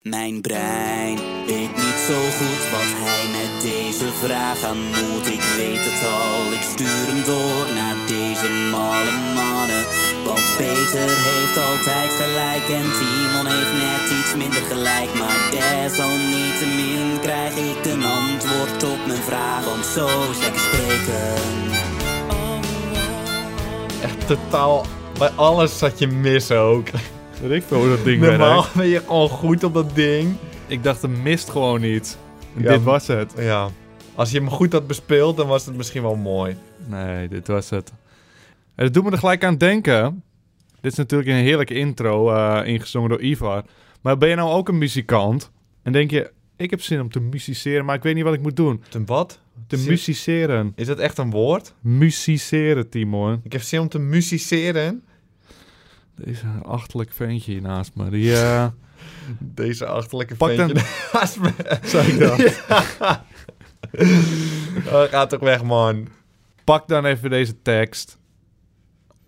Mijn brein weet niet zo goed wat hij met deze vraag aan moet. Ik weet het al, ik stuur hem door naar deze malle mannen. Want Peter heeft altijd gelijk en Timon heeft net iets minder gelijk. Maar desalniettemin krijg ik een antwoord op mijn vraag, want zo is lekker spreken. Echt totaal. Bij alles zat je mis ook. Weet ik veel hoe dat ding Normaal werkt. ben je gewoon goed op dat ding. Ik dacht, er mist gewoon niet. En Ja, dit maar- was het. Ja. Als je hem goed had bespeeld, dan was het misschien wel mooi. Nee, dit was het. En dat doet me er gelijk aan denken. Dit is natuurlijk een heerlijke intro, eh, ingezongen door Ivar. Maar ben je nou ook een muzikant? En denk je, ik heb zin om te musiceren, maar ik weet niet wat ik moet doen. Ten wat? Te Zin- musiceren. Is dat echt een woord? Musiceren, Timon. Ik heb zin om te musiceren. Deze achterlijk ventje hier naast me. Die, eh, Deze achterlijke Pak ventje dan- naast me. zei ik dan. Oh, ga toch weg, man. Pak dan even deze tekst.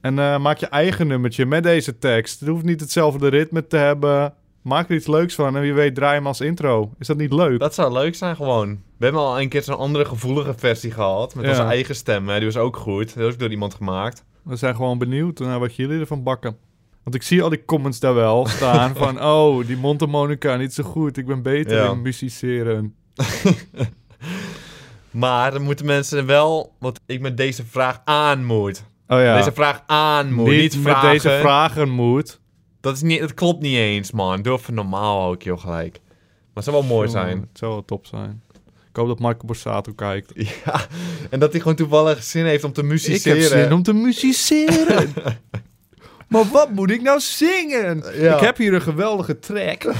En eh, maak je eigen nummertje met deze tekst. Het hoeft niet hetzelfde ritme te hebben. Maak er iets leuks van. En wie weet, draai hem als intro. Is dat niet leuk? Dat zou leuk zijn gewoon. We hebben al een keer zo'n andere gevoelige versie gehad. Met Ja. onze eigen stem. hè. Die was ook goed. Dat is ook door iemand gemaakt. We zijn gewoon benieuwd naar wat jullie ervan bakken. Want ik zie al die comments daar wel staan van... Oh, die mondharmonica niet zo goed. Ik ben beter Ja. in musiceren. Maar dan moeten mensen wel wat ik met deze vraag aan moet. Oh ja, Deze vraag aan moet. Niet, niet, met vragen. deze vragen moet. Dat, is niet, dat klopt niet eens, man. Doe even normaal ook, joh, gelijk. Maar het zou wel mooi Zo, zijn. Het zou wel top zijn. Ik hoop dat Marco Borsato kijkt. Ja, en dat hij gewoon toevallig zin heeft om te musiceren. om te musiceren. maar wat moet ik nou zingen? Ja. Ik heb hier een geweldige track.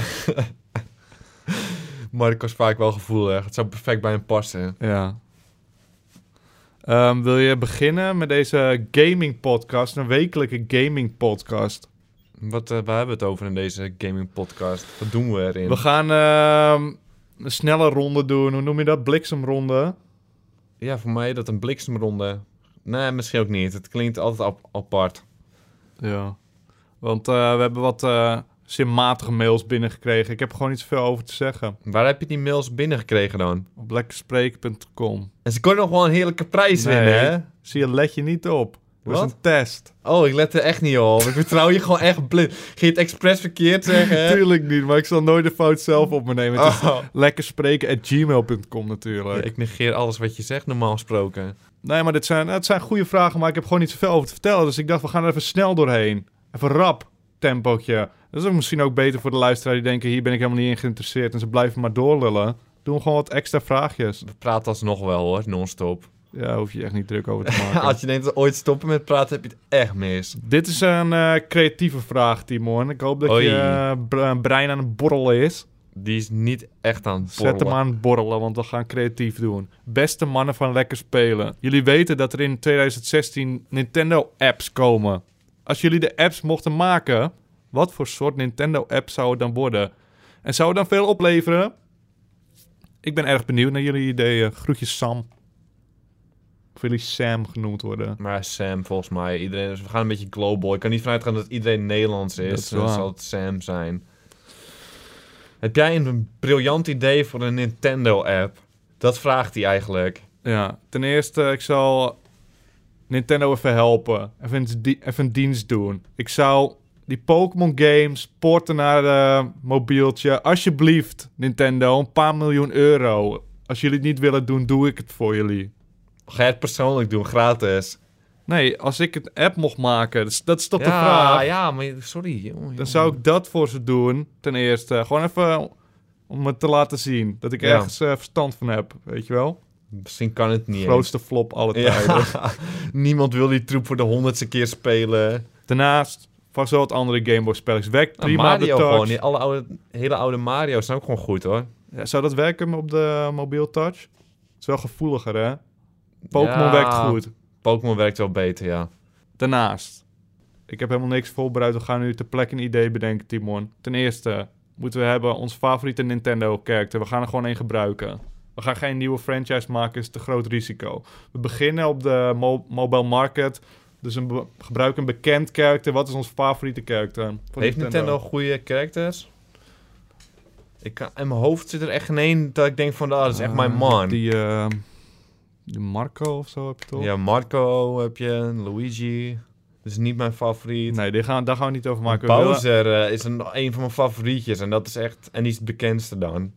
Marco is vaak wel gevoelig. Het zou perfect bij hem passen. Ja. Ehm, wil je beginnen met deze gaming podcast? Een wekelijke gaming podcast. Wat, eh, waar hebben we het over in deze gaming podcast? Wat doen we erin? We gaan ehm, een snelle ronde doen. Hoe noem je dat? Bliksemronde. Ja, voor mij dat een bliksemronde. Nee, misschien ook niet. Het klinkt altijd ap- apart. Ja. Want eh, we hebben wat eh zinmatige mails binnengekregen. Ik heb er gewoon niet zoveel over te zeggen. Waar heb je die mails binnengekregen dan? Op lekkerspreek.com. En ze konden nog wel een heerlijke prijs Nee. winnen, hè? Zie je, let je niet op. Dat is Wat? een test. Oh, ik let er echt niet op. Ik vertrouw je gewoon echt blind. Ging je het expres verkeerd zeggen? hè? Tuurlijk niet, maar ik zal nooit de fout zelf op me nemen. Het is Oh. lekker spreken at gmail.com natuurlijk. Ik negeer alles wat je zegt, normaal gesproken. Nee, maar dit zijn, het zijn goede vragen, maar ik heb gewoon niet zoveel over te vertellen. Dus ik dacht, we gaan er even snel doorheen. Even rap tempootje. Dat is ook misschien ook beter voor de luisteraar die denken, hier ben ik helemaal niet in geïnteresseerd. En ze blijven maar doorlullen. Doen gewoon wat extra vraagjes. We praten alsnog wel, hoor, non-stop. Ja, hoef je echt niet druk over te maken. Als je denkt dat we ooit stoppen met praten, heb je het echt mis. Dit is een eh, creatieve vraag, Timon. Ik hoop dat Oei. je eh, bre- brein aan het borrelen is. Die is niet echt aan het Zet hem borrelen. aan het borrelen, want we gaan creatief doen. Beste mannen van Lekker Spelen. Jullie weten dat er in 2016 Nintendo-apps komen. Als jullie de apps mochten maken, wat voor soort Nintendo-app zou het dan worden? En zou het dan veel opleveren? Ik ben erg benieuwd naar jullie ideeën. Groetjes Sam. Of jullie Sam genoemd worden. Maar Sam, volgens mij. Iedereen, dus we gaan een beetje global. Ik kan niet vanuit gaan dat iedereen Nederlands Dat is. is Dan waar. zal het Sam zijn. Heb jij een briljant idee voor een Nintendo-app? Dat vraagt hij eigenlijk. Ja, ten eerste, ik zal Nintendo even helpen. Even, een di- even een dienst doen. Ik zou die Pokémon games porten naar eh mobieltje. Alsjeblieft, Nintendo, een paar miljoen euro. Als jullie het niet willen doen, doe ik het voor jullie. Ga jij het persoonlijk doen, gratis? Nee, als ik een app mocht maken, dat is, dat is toch de ja, vraag. ja, maar sorry. jongen, jongen. Dan zou ik dat voor ze doen, ten eerste. Gewoon even om het te laten zien. Dat ik Ja. ergens eh, verstand van heb, weet je wel? Misschien kan het niet. Grootste flop alle eens. tijden. Ja. Niemand wil die troep voor de honderdste keer spelen. Daarnaast vast wel wat andere Gameboy-spelletjes. Werkt Nou, prima Mario op de touch. gewoon. Die alle oude, hele oude Mario's zijn ook gewoon goed, hoor. Ja, zou dat werken op de mobiel touch? Het is wel gevoeliger, hè? Pokémon Ja. werkt goed. Pokémon werkt wel beter, ja. Daarnaast. Ik heb helemaal niks voorbereid. We gaan nu ter plekke een idee bedenken, Timon. Ten eerste moeten we hebben ons favoriete Nintendo-character. We gaan er gewoon één gebruiken. We gaan geen nieuwe franchise maken, is te groot risico. We beginnen op de mo- mobile market. Dus een be- gebruik een bekend character. Wat is ons favoriete character? van Heeft Nintendo goede characters? Ik kan, in mijn hoofd zit er echt geen één dat ik denk van, ah, dat is echt mijn Eh, man. Die, eh, die Marco of zo heb je toch? Ja, Marco heb je, Luigi. Dat is niet mijn favoriet. Nee, die gaan, daar gaan we niet over maken. We Bowser eh, is een, een van mijn favorietjes en dat is echt, en die is het bekendste dan. willen-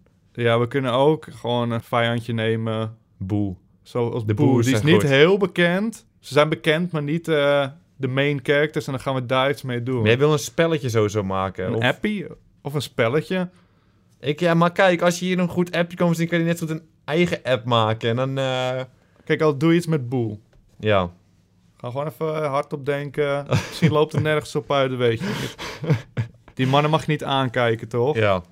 ja, we kunnen ook gewoon een vijandje nemen. Boe. Zoals De de Boer. Boers Die is zijn niet goed. heel bekend. Ze zijn bekend, maar niet eh, de main characters. En daar gaan we daar iets mee doen. Maar jij wil een spelletje sowieso maken. een Of, appie of een spelletje. ik, ja, maar kijk, als je hier een goed appje komt zien, kan je net zo goed een eigen app maken. En dan, eh, Kijk, al doe je iets met Boe. ja. Ga gewoon even hardop denken. Misschien loopt er nergens op uit, dat weet je niet. Die mannen mag je niet aankijken, toch? Ja.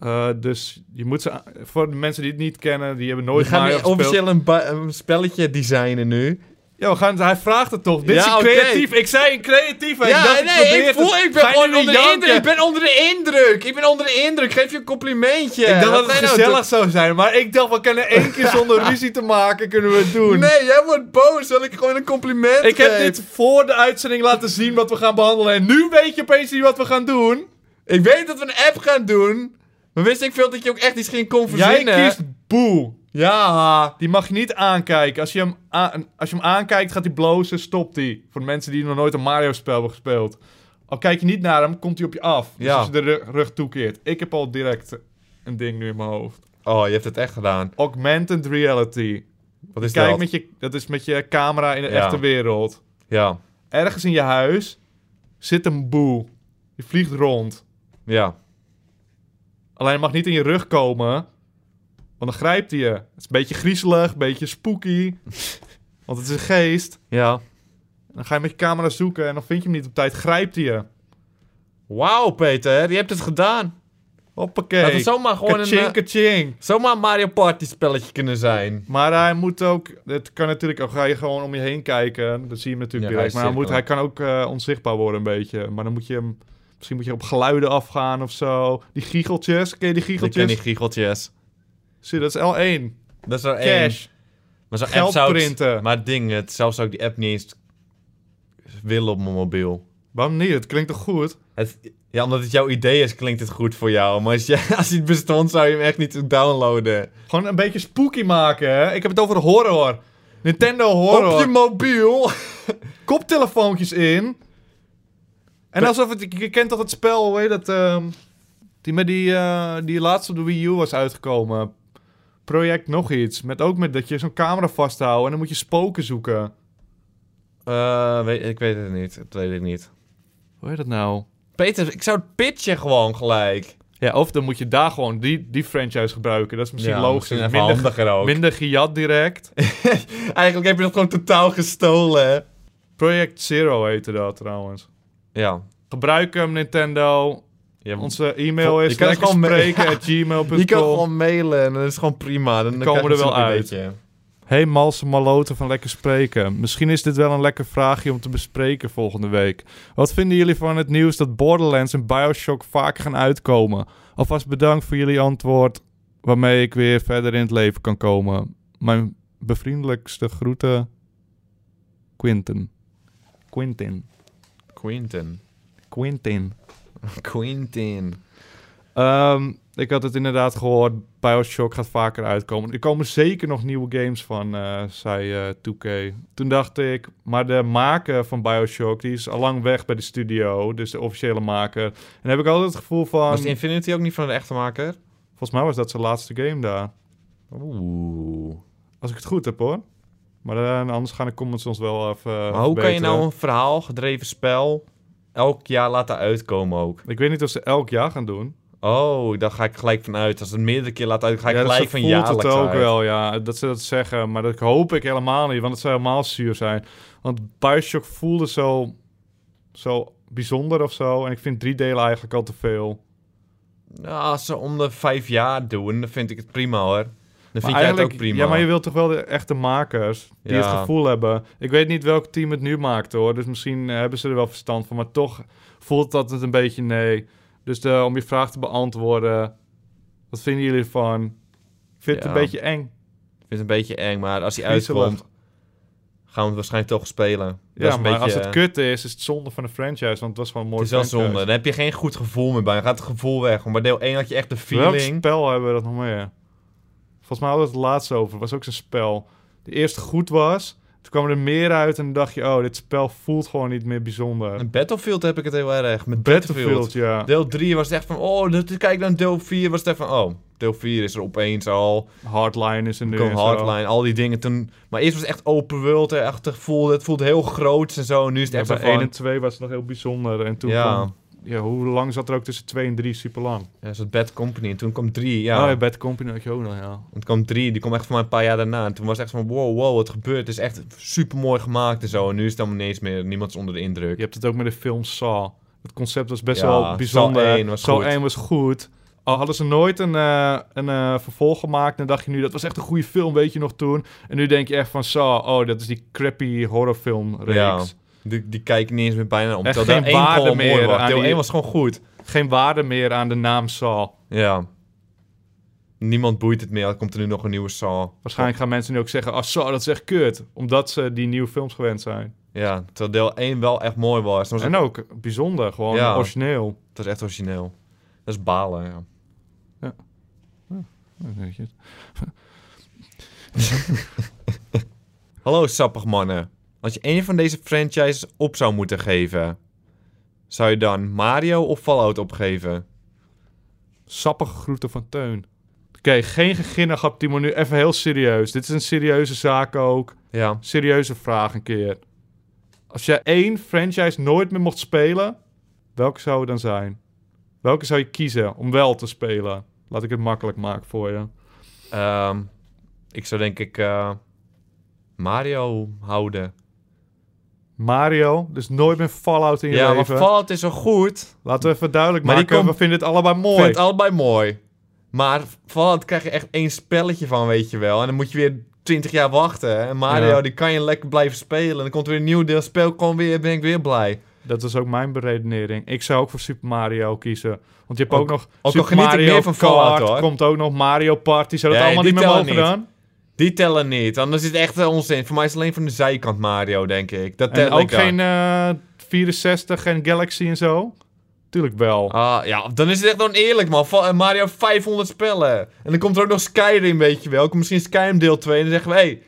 Eh, dus je moet ze... Voor de mensen die het niet kennen, die hebben We nooit gaan Mario weer gespeeld. officieel een, ba- een spelletje designen nu. Ja, we gaan, hij vraagt het toch. Dit Ja, is een oké. creatief. Ik zei een creatief. en dacht, probeer het. Ga je nu janken? ben onder de indruk. Ik ben onder de indruk. Geef je een complimentje. ik dacht Wat dat het ben je nou gezellig zou zijn, maar ik dacht, we kunnen één keer zonder ruzie te maken, kunnen we het te- doen. Nee, jij wordt boos. Zal ik gewoon een compliment ik heb geven? dit voor de uitzending laten zien wat we gaan behandelen en nu weet je opeens niet wat we gaan doen. Ik weet dat we een app gaan doen. Maar wist ik veel dat je ook echt iets ging kon Jij verzinnen. kiest Boe. Ja. Die mag je niet aankijken. Als je hem, a- als je hem aankijkt, gaat hij blozen, stopt hij. Voor de mensen die nog nooit een Mario-spel hebben gespeeld. Al kijk je niet naar hem, komt hij op je af. Dus Ja. als je de rug, rug toekeert. Ik heb al direct een ding nu in mijn hoofd. Oh, je hebt het echt gedaan. Augmented reality. Wat is Kijk dat? met je, dat is met je camera in de Ja. echte wereld. Ja. Ergens in je huis zit een boe. Die vliegt rond. Ja. Alleen hij mag niet in je rug komen, want dan grijpt hij je. Het is een beetje griezelig, een beetje spooky. want het is een geest. Ja. Dan ga je met je camera zoeken en dan vind je hem niet op tijd. Grijpt hij je. Wauw, Peter. Je hebt het gedaan. Dat Hoppakee. is zomaar gewoon een... Kaching, eh, kaching. Zomaar een Mario Party spelletje kunnen zijn. Maar hij moet ook... Het kan natuurlijk ook... Ga je gewoon om je heen kijken. Dat zie je hem natuurlijk Ja, direct. hij Maar hij, moet, hij cirkelen. kan ook eh, onzichtbaar worden een beetje. Maar dan moet je hem... Misschien moet je op geluiden afgaan of zo. Die giecheltjes. Ken je die Ik ken giecheltjes? die giecheltjes. Zie je, dat is L1. Dat is er één. Cash. Maar zo'n Geld app zou ik- printen. Maar het ding, het, zelfs zou ik die app niet eens willen op mijn mobiel. Waarom niet? Het klinkt toch goed? Het, ja, omdat het jouw idee is, klinkt het goed voor jou. Maar als, jij, als het bestond, zou je hem echt niet downloaden. Gewoon een beetje spooky maken, hè? Ik heb het over horror. Nintendo horror. Op je mobiel? koptelefoontjes in. En alsof het... Je kent toch het spel, hoe heet dat? ehm, die met die, eh, die laatst op de Wii U was uitgekomen. Project nog iets. Met ook met dat je zo'n camera vasthoudt en dan moet je spoken zoeken. Eh, weet, ik weet het niet. Dat weet ik niet. Hoe heet dat nou? Peter, ik zou het pitchen gewoon gelijk. Ja, of dan moet je daar gewoon die, die franchise gebruiken. Dat is misschien Ja, logisch. misschien even minder, handiger ook. minder gejat direct. Eigenlijk heb je dat gewoon totaal gestolen. hè? Project Zero heette dat trouwens. Ja. Gebruik hem, Nintendo. Je, Onze e-mail Je is kan het lekker gewoon me- spreken at je kan gmail.com. gewoon mailen en dat is gewoon prima. Dan, komen krijg je er wel zo'n uit. beetje. Hey Malse Maloten van Lekker Spreken. Misschien is dit wel een lekker vraagje om te bespreken volgende week. Wat vinden jullie van het nieuws dat Borderlands en Bioshock vaker gaan uitkomen? Alvast bedankt voor jullie antwoord, waarmee ik weer verder in het leven kan komen. Mijn bevriendelijkste groeten, Quinten. Quintin. Quinten. Quintin. Quinten. Ehm, ik had het inderdaad gehoord. Bioshock gaat vaker uitkomen. Er komen zeker nog nieuwe games van, eh, zei eh 2K. Toen dacht ik, maar de maker van Bioshock... die is al lang weg bij de studio. Dus de officiële maker. En dan heb ik altijd het gevoel van... Was Infinity ook niet van de echte maker? Volgens mij was dat zijn laatste game daar. Oeh. Als ik het goed heb, hoor. Maar eh, anders gaan de comments ons wel even eh, Maar hoe kan je verbeteren. nou een verhaal gedreven spel elk jaar laten uitkomen ook? Ik weet niet of ze elk jaar gaan doen. Oh, daar ga ik gelijk van uit. Als het meerdere keer laat uit, ga ik Ja, dat gelijk ze van voelt jaarlijks het ook uit. wel, ja. Dat ze dat zeggen. Maar dat hoop ik helemaal niet. Want het zou helemaal zuur zijn. Want Bioshock voelde zo... Zo bijzonder of zo. En ik vind drie delen eigenlijk al te veel. Nou, als ze om de vijf jaar doen, dan vind ik het prima hoor. Dan vind Maar jij het ook eigenlijk- prima. Ja, maar je wilt toch wel de echte makers die Ja. het gevoel hebben. Ik weet niet welk team het nu maakt hoor, dus misschien eh, hebben ze er wel verstand van, maar toch voelt dat het een beetje nee. Dus eh, om je vraag te beantwoorden, wat vinden jullie ervan? Ik vind het Ja. een beetje eng. Ik vind het een beetje eng, maar als hij Griezelig. uitkomt, gaan we het waarschijnlijk toch spelen. Dat Ja, is maar een als beetje, eh, het kut is, is het zonde van de franchise. Want het was gewoon een Het mooi is wel franchise. zonde. Dan heb je geen goed gevoel meer bij. Dan gaat het gevoel weg. Want bij deel 1 had je echt de Welk feeling. spel hebben we dat nog meer? Volgens mij hadden we het laatst over. was ook zo'n spel. De eerste goed was. Toen kwam er meer uit en dan dacht je... Oh, dit spel voelt gewoon niet meer bijzonder. Een Battlefield heb ik het heel erg. Met Battlefield. Battlefield, ja. Deel 3 was het echt van, oh, dit- kijk dan deel 4 was het echt van, oh, deel 4 is er opeens al. Hardline is er nu Kom en zo. Hardline, al die dingen. Toen, maar eerst was het echt open world, hè, echt het voelde, het voelde heel groot en zo. En nu is het Ja, echt bij zo van, 1 en 2 was het nog heel bijzonder. En toen ja, kwam- ja, hoe lang zat er ook tussen 2 en 3? Super lang. ja, zo'n Bad Company. En toen kwam 3, ja. Oh, ja, Bad Company had je ook nog, ja. Toen kwam 3, die kwam echt voor mij een paar jaar daarna. En toen was het echt van, wow, wow, wat gebeurt. Het is echt super mooi gemaakt en zo. En nu is het dan ineens meer, niemand is onder de indruk. Je hebt het ook met de film Saw. Het concept was best Ja, wel bijzonder. Saw 1 was Saw goed. 1 was goed. Al hadden ze nooit een, eh, een eh, vervolg gemaakt, dan dacht je nu, dat was echt een goede film, weet je nog toen. En nu denk je echt van Saw, oh, dat is die crappy horrorfilmreeks. Ja. Die, die kijk ik niet eens meer bijna om. Echt Terwijl geen deel 1 waarde gewoon mooi meer was. aan Deel die- 1 was gewoon goed. Geen waarde meer aan de naam Saw. Ja. Niemand boeit het meer. Er komt er nu nog een nieuwe Saw. Waarschijnlijk gaan mensen nu ook zeggen, oh, Saw, dat is echt kut. Omdat ze die nieuwe films gewend zijn. Ja, terwijl deel 1 wel echt mooi was. Dat was, En ook bijzonder, gewoon Ja. origineel. dat was echt origineel. Dat is balen, ja. Weet je het. Hallo sappig mannen. Als je een van deze franchises op zou moeten geven... Zou je dan Mario of Fallout opgeven? Sappige groeten van Teun. Oké, geen geginnigap, Timo. Nu even heel serieus. Dit is een serieuze zaak ook. Ja. Serieuze vraag een keer. Als jij één franchise nooit meer mocht spelen, welke zou het dan zijn? Welke zou je kiezen om wel te spelen? Laat ik het makkelijk maken voor je. Ehm, ik zou denk ik... eh, Mario houden. Mario, dus nooit meer Fallout in je Ja, maar leven. Fallout is zo goed. Laten we even duidelijk Maar die maken, komt- we vinden het allebei Ik mooi. vind het allebei mooi. Maar Fallout krijg je echt één spelletje van, weet je wel. En dan moet je weer 20 jaar wachten. En Mario, Ja. die kan je lekker blijven spelen. En dan komt er weer een nieuw deel. Speel gewoon weer, ben ik weer blij. Dat is ook mijn beredenering. Ik zou ook voor Super Mario kiezen. Want je hebt ook, Ook- nog al Super geniet ik Mario meer van Fallout, hoor. komt ook nog Mario Party. Zou dat Nee, allemaal niet die meer mogen tellen niet. dan? Die tellen niet, anders is het echt eh, onzin. Voor mij is het alleen van de zijkant Mario, denk ik. Dat En tel ik ook dan. geen eh, 64 en Galaxy en zo? Tuurlijk wel. Ah, ja, dan is het echt oneerlijk, man. Va- eh, Mario heeft 500 spellen. En dan komt er ook nog Skyrim, weet je wel. Komt misschien Skyrim deel 2 en dan zeggen we... Hey,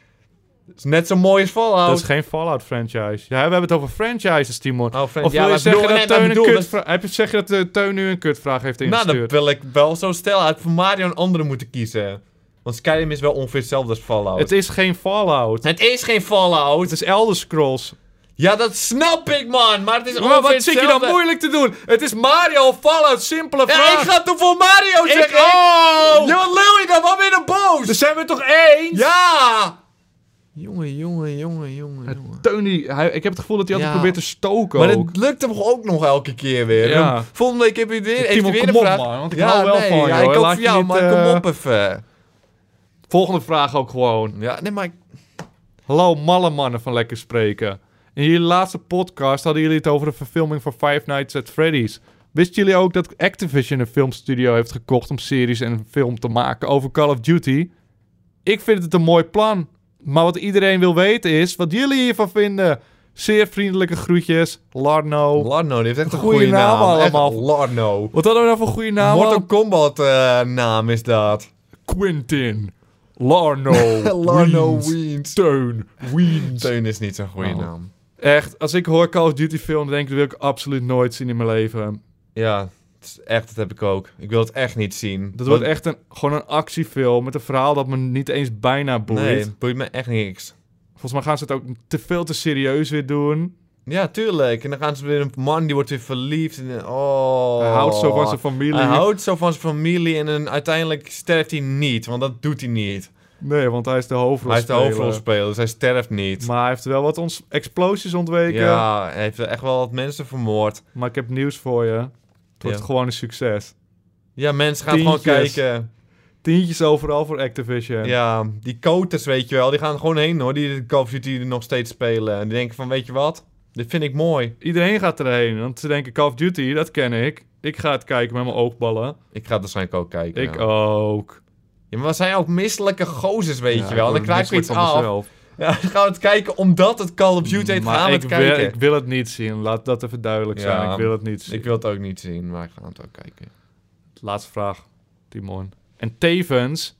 het is net zo mooi als Fallout. Dat is geen Fallout franchise. Ja, we hebben het over franchises, Timon. Oh, Frank, Of ja, wil je maar zeggen bedoel- dat nee, maar Teun een bedoel, dat is- kutvra- Heb je zeg je dat eh, Teun nu een kutvraag heeft Nou, ingestuurd? dat wil ik wel zo stellen. Hij had voor Mario een andere moeten kiezen. Want Skyrim is wel ongeveer hetzelfde als Fallout. het Het, is geen Fallout. is geen Fallout. Het is Elder Scrolls. Ja, dat snap ik, man. Maar het is Maar ongeveer wat zit je dan hetzelfde. moeilijk te doen? Het is Mario of Oh, Fallout. Simpele vraag. Ja, ik ga toch voor Mario Ik zeggen. ook! Dus- Ja, wat lul je dan? Waarom ben je dan boos? Er zijn we toch één? Ja! Jongen, jongen, jongen, jongen, jongen. Tony, hij, ik heb het gevoel dat hij altijd Ja. probeert te stoken Maar ook. het lukt hem ook nog elke keer weer. Ehm, Ja. Volgende week heb je weer, heeft Timon, hij weer kom een op, vraag. man, want ik hou wel van je, ja, hoor. ik ook Laat voor je jou, niet, maar eh, kom op even. Volgende vraag ook gewoon. Ja, nee, maar... ik- Hallo malle mannen van Lekker Spreken. In jullie laatste podcast hadden jullie het over de verfilming van Five Nights at Freddy's. Wisten jullie ook dat Activision een filmstudio heeft gekocht om series en een film te maken over Call of Duty? Ik vind het een mooi plan. Maar wat iedereen wil weten is wat jullie hiervan vinden. Zeer vriendelijke groetjes, Larno. Larno, die heeft echt een Goeie goede, naam naam. allemaal. Echt Larno. wat hadden we nou voor goede naam? Mortal Kombat eh, naam is dat. Quentin. Larno. Larno Wiens, Wiens. Teun. Wiens. Teun is niet zo'n goede Oh. naam. Echt, als ik hoor Call of Duty film, dan denk ik dat wil ik absoluut nooit zien in mijn leven. Ja, het is echt, dat heb ik ook. Ik wil het echt niet zien. Dat wordt echt een, gewoon een actiefilm met een verhaal dat me niet eens bijna boeit. Nee, boeit me echt niks. Volgens mij gaan ze het ook te veel te serieus weer doen. Ja, tuurlijk. En dan gaan ze weer een man die wordt weer verliefd. En, eh, oh. Hij houdt zo van zijn familie. Hij houdt zo van zijn familie en dan uiteindelijk sterft hij niet, want dat doet hij niet. Nee, want hij is de hoofdrol. Hij is de hoofdrolspeler, dus hij sterft niet. Maar hij heeft wel wat ons explosies ontweken. Ja, hij heeft echt wel wat mensen vermoord. Maar ik heb nieuws voor je. Het wordt Ja. gewoon een succes. Ja, mensen gaan gewoon Tientjes. kijken. Tientjes overal voor Activision. Ja, die koters, weet je wel, die gaan er gewoon heen hoor. Die de Call of Duty nog steeds spelen. En die denken van, weet je wat? Dit vind ik mooi. Iedereen gaat erheen. Want ze denken, Call of Duty, dat ken ik. Ik ga het kijken met mijn oogballen. Ik ga het waarschijnlijk ook kijken. Ik ja. ook. Ja, maar we zijn ook misselijke gozers, weet Ja, je ik wel. word Dan krijg je misselijk iets van af. mezelf. Ja, dan gaan we het kijken omdat het Call of Duty heet. gaan maar we ik het wil, kijken. ik wil het niet zien. Laat dat even duidelijk Ja. zijn. Ik wil het niet zien. Ik wil het ook niet zien, maar ik ga het wel kijken. Laatste vraag, Timon. En tevens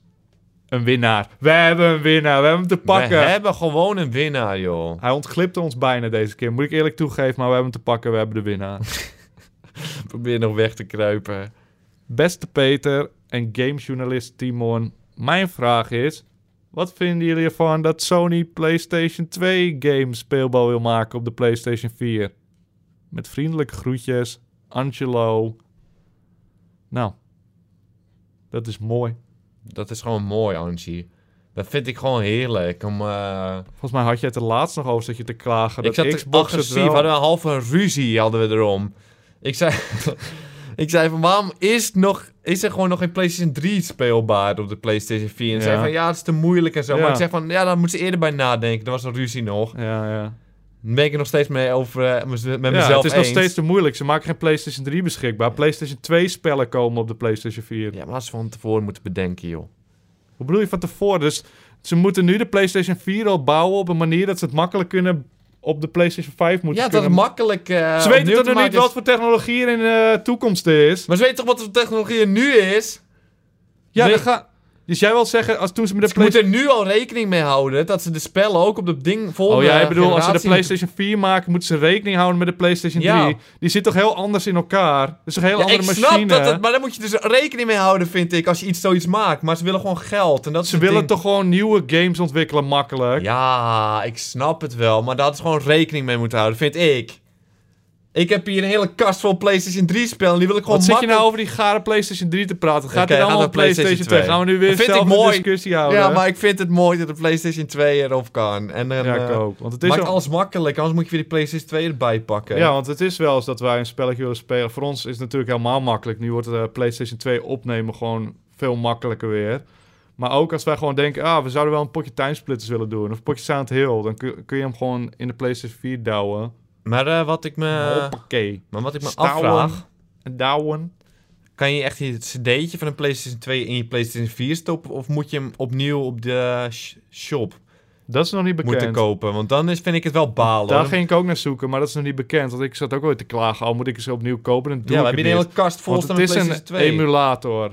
een winnaar. We hebben een winnaar. We hebben hem te pakken. We hebben gewoon een winnaar, joh. Hij ontglipte ons bijna deze keer. Moet ik eerlijk toegeven, maar we hebben hem te pakken. We hebben de winnaar. Probeer nog weg te kruipen. Beste Peter en gamejournalist Timon. Mijn vraag is... Wat vinden jullie ervan dat Sony PlayStation 2 games speelbaar wil maken op de PlayStation 4? Met vriendelijke groetjes, Angelo. Nou, dat is mooi. Dat is gewoon mooi, Angie. Dat vind ik gewoon heerlijk. Om, eh, Volgens mij had je het er laatst nog over dat je te klagen ik dat zat Xbox Xbox het agressief. wel... We hadden een halve ruzie hadden we erom. Ik zei, ik zei van, waarom is, nog, is er gewoon nog geen PlayStation 3 speelbaar op de PlayStation 4? En Ja. zei van, ja, het is te moeilijk en zo. Ja. Maar ik zeg van, ja, daar moeten ze eerder bij nadenken. Er was een ruzie nog. Ja, ja. Dan ben ik er nog steeds mee over, eh, met mezelf ja, het is nog eens. steeds te moeilijk. Ze maken geen PlayStation 3 beschikbaar. PlayStation 2 spellen komen op de PlayStation 4. Ja, maar als ze van tevoren moeten bedenken, joh. Hoe bedoel je van tevoren? Dus ze moeten nu de PlayStation 4 al bouwen op een manier dat ze het makkelijk kunnen op de PlayStation 5 moeten ja, dat is kunnen. makkelijk. eh, ze weten opnieuw toch te nog niet maken wat is. voor technologie er in de toekomst is. Maar ze weten toch wat de technologie er nu is? Ja, Nee. dat ga... Dus jij wil zeggen, als toen ze met de Ze moeten PlayStation... er nu al rekening mee houden dat ze de spellen ook op dat ding volgende Oh ja, ik bedoel, als ze de eh, generatie PlayStation 4 maken, moeten ze rekening houden met de PlayStation 3. Ja. Die zit toch heel anders in elkaar? Dat is toch een hele Ja, andere ik machine? snap dat het, maar daar moet je dus rekening mee houden, vind ik, als je iets zoiets maakt. Maar ze willen gewoon geld. En dat is Ze het willen ding. toch gewoon nieuwe games ontwikkelen makkelijk? Ja, ik snap het wel, maar daar hadden ze gewoon rekening mee moeten houden, vind ik. Ik heb hier een hele kast vol PlayStation 3 spellen. en Die wil ik gewoon Wat zit je nou makkelijk- over die gare PlayStation 3 te praten? Gaat Oké, het gaan allemaal we om PlayStation 2? 2? Gaan we nu weer Dat vind zelf ik een mooi. discussie houden? Ja, maar ik vind het mooi dat de PlayStation 2 erop kan. En dan, Ja, ik eh, ook. Want het is maakt al... alles makkelijk, anders moet je weer die PlayStation 2 erbij pakken. Ja, want het is wel eens dat wij een spelletje willen spelen. Voor ons is het natuurlijk helemaal makkelijk. Nu wordt de PlayStation 2 opnemen gewoon veel makkelijker weer. Maar ook als wij gewoon denken, ah, we zouden wel een potje Timesplitters willen doen. Of een potje Sound Hill. Dan kun, kun je hem gewoon in de PlayStation 4 douwen. Maar eh, wat ik me, Hoppakee. maar wat ik me Stouwen. afvraag... En douwen. Kan je echt het cd'tje van een PlayStation 2 in je PlayStation 4 stoppen? Of moet je hem opnieuw op de sh- shop Dat is nog niet bekend. moeten kopen? Want dan is, vind ik het wel balen. Daar hoor. ging ik ook naar zoeken, maar dat is nog niet bekend. Want ik zat ook ooit te klagen, al moet ik ze opnieuw kopen. Dan doe ja, we ik hebben het een niet. hele kast vol Want staan het met is PlayStation een 2. emulator.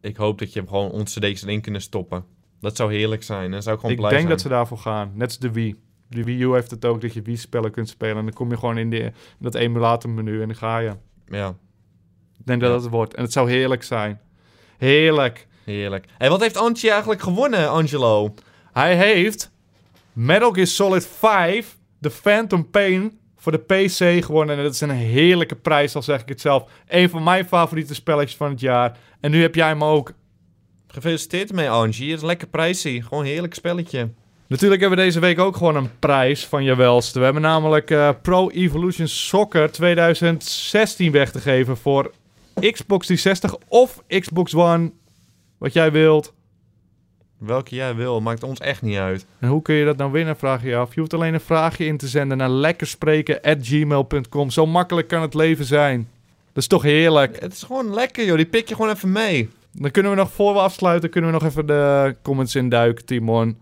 ik hoop dat je hem gewoon ons cd'tjes erin kunnen stoppen. Dat zou heerlijk zijn. Dan zou ik gewoon Ik denk blij zijn. dat ze daarvoor gaan. Net als de Wii. De Wii U heeft het ook, dat je Wii-spellen kunt spelen. En dan kom je gewoon in, die, in dat emulatormenu en dan ga je. Ik Ja, denk dat Ja. dat het wordt. En het zou heerlijk zijn. Heerlijk. heerlijk. En wat heeft Antje eigenlijk gewonnen, Angelo? Hij heeft Metal Gear Solid 5, The Phantom Pain, voor de PC gewonnen. En dat is een heerlijke prijs, al zeg ik het zelf. Een van mijn favoriete spelletjes van het jaar. En nu heb jij hem ook. Gefeliciteerd mee, Angie. Het is lekker prijsje. Gewoon een heerlijk spelletje. Natuurlijk hebben we deze week ook gewoon een prijs van je welste. We hebben namelijk eh, Pro Evolution Soccer 2016 weg te geven voor Xbox 360 of Xbox One. Wat jij wilt. Welke jij wil, maakt ons echt niet uit. En hoe kun je dat nou winnen, vraag je je af. Je hoeft alleen een vraagje in te zenden naar lekkerspreken.gmail.com. Zo makkelijk kan het leven zijn. Dat is toch heerlijk. Het is gewoon lekker, joh. Die pik je gewoon even mee. Dan kunnen we nog, voor we afsluiten, kunnen we nog even de comments induiken, Timon.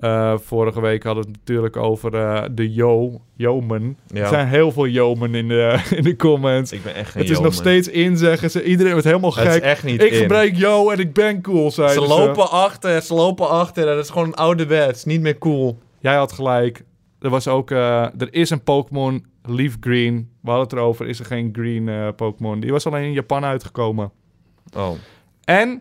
Eh, vorige week hadden we het natuurlijk over eh, de Yo, Yeoman. Er zijn heel veel Yeoman in de, in de comments. Ik ben echt geen het is nog yeoman. steeds in, zeggen ze. Iedereen wordt helemaal Het is gek. echt niet Ik in. gebruik Yo en ik ben cool, zeiden Ze ze. lopen achter, ze lopen achter. Dat is gewoon ouderwets, niet meer cool. Jij had gelijk. Er was ook... eh, er is een Pokémon Leaf Green. We hadden het erover. Is er geen Green eh, Pokémon? Die was alleen in Japan uitgekomen. Oh. En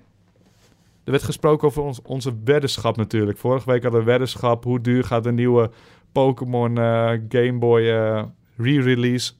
er werd gesproken over ons, onze weddenschap natuurlijk. Vorige week hadden we een weddenschap. Hoe duur gaat de nieuwe Pokémon eh, Game Boy eh, re-release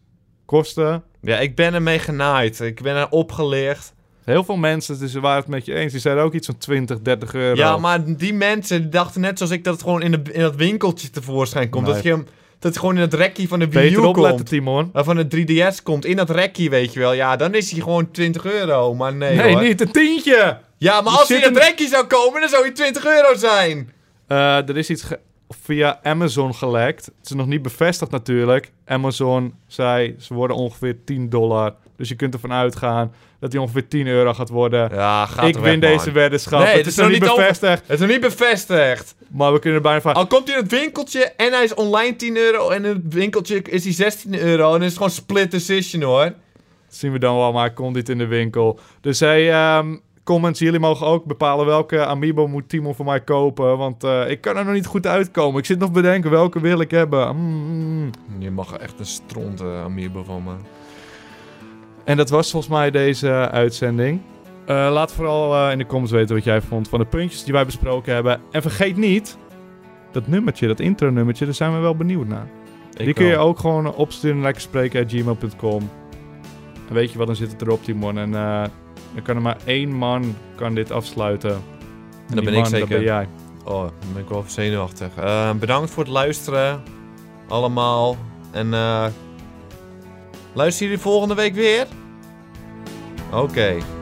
kosten? Ja, ik ben ermee genaaid. Ik ben er opgelicht. Heel veel mensen dus, ze waren het met je eens. Die zeiden ook iets van 20, 30 euro. Ja, maar die mensen die dachten net zoals ik dat het gewoon in, de, in dat winkeltje tevoorschijn komt. Nee. Dat, je, hem- dat het gewoon in het rekje van de Wii Beter U opletten, komt. Timon. Eh, Van de 3DS komt, in dat rekje, weet je wel. Ja, dan is hij gewoon 20 euro, maar nee, Nee, hoor. niet een tientje! Ja, maar Je als hij zit in dat hem- rekje zou komen, dan zou hij 20 euro zijn. Eh, er is iets ge- via Amazon gelekt. Het is nog niet bevestigd natuurlijk. Amazon zei ze worden ongeveer 10 dollar Dus je kunt ervan uitgaan dat die ongeveer 10 euro gaat worden. Ja, gaat ik er win weg, man. deze weddenschap. Nee, het, is nog niet over. bevestigd, Het is nog niet bevestigd. maar we kunnen er bijna van... Al komt hij in het winkeltje en hij is online 10 euro en in het winkeltje is hij 16 euro. En dan is het gewoon split decision hoor. zien we dan wel, maar komt dit in de winkel. Dus hey, ehm, comments, jullie mogen ook bepalen welke Amiibo moet Timo voor mij kopen. Want eh, ik kan er nog niet goed uitkomen. Ik zit nog bedenken welke wil ik hebben. Mm. Je mag echt een stront uh, amiibo van me. En dat was volgens mij deze eh, uitzending. Eh, laat vooral eh, in de comments weten wat jij vond van de puntjes die wij besproken hebben. En vergeet niet dat nummertje, dat intro-nummertje, daar zijn we wel benieuwd naar. die kun je ook gewoon opsturen naar lekkerspreken.gmail.com. En weet je wat, dan zit het erop, Timon. En eh dan kan er maar één man kan dit afsluiten. En En die dat ben ik man, zeker. Dat ben jij. Oh, dan ben ik wel zenuwachtig. Eh, bedankt voor het luisteren. Allemaal. En eh luisteren jullie volgende week weer? Oké.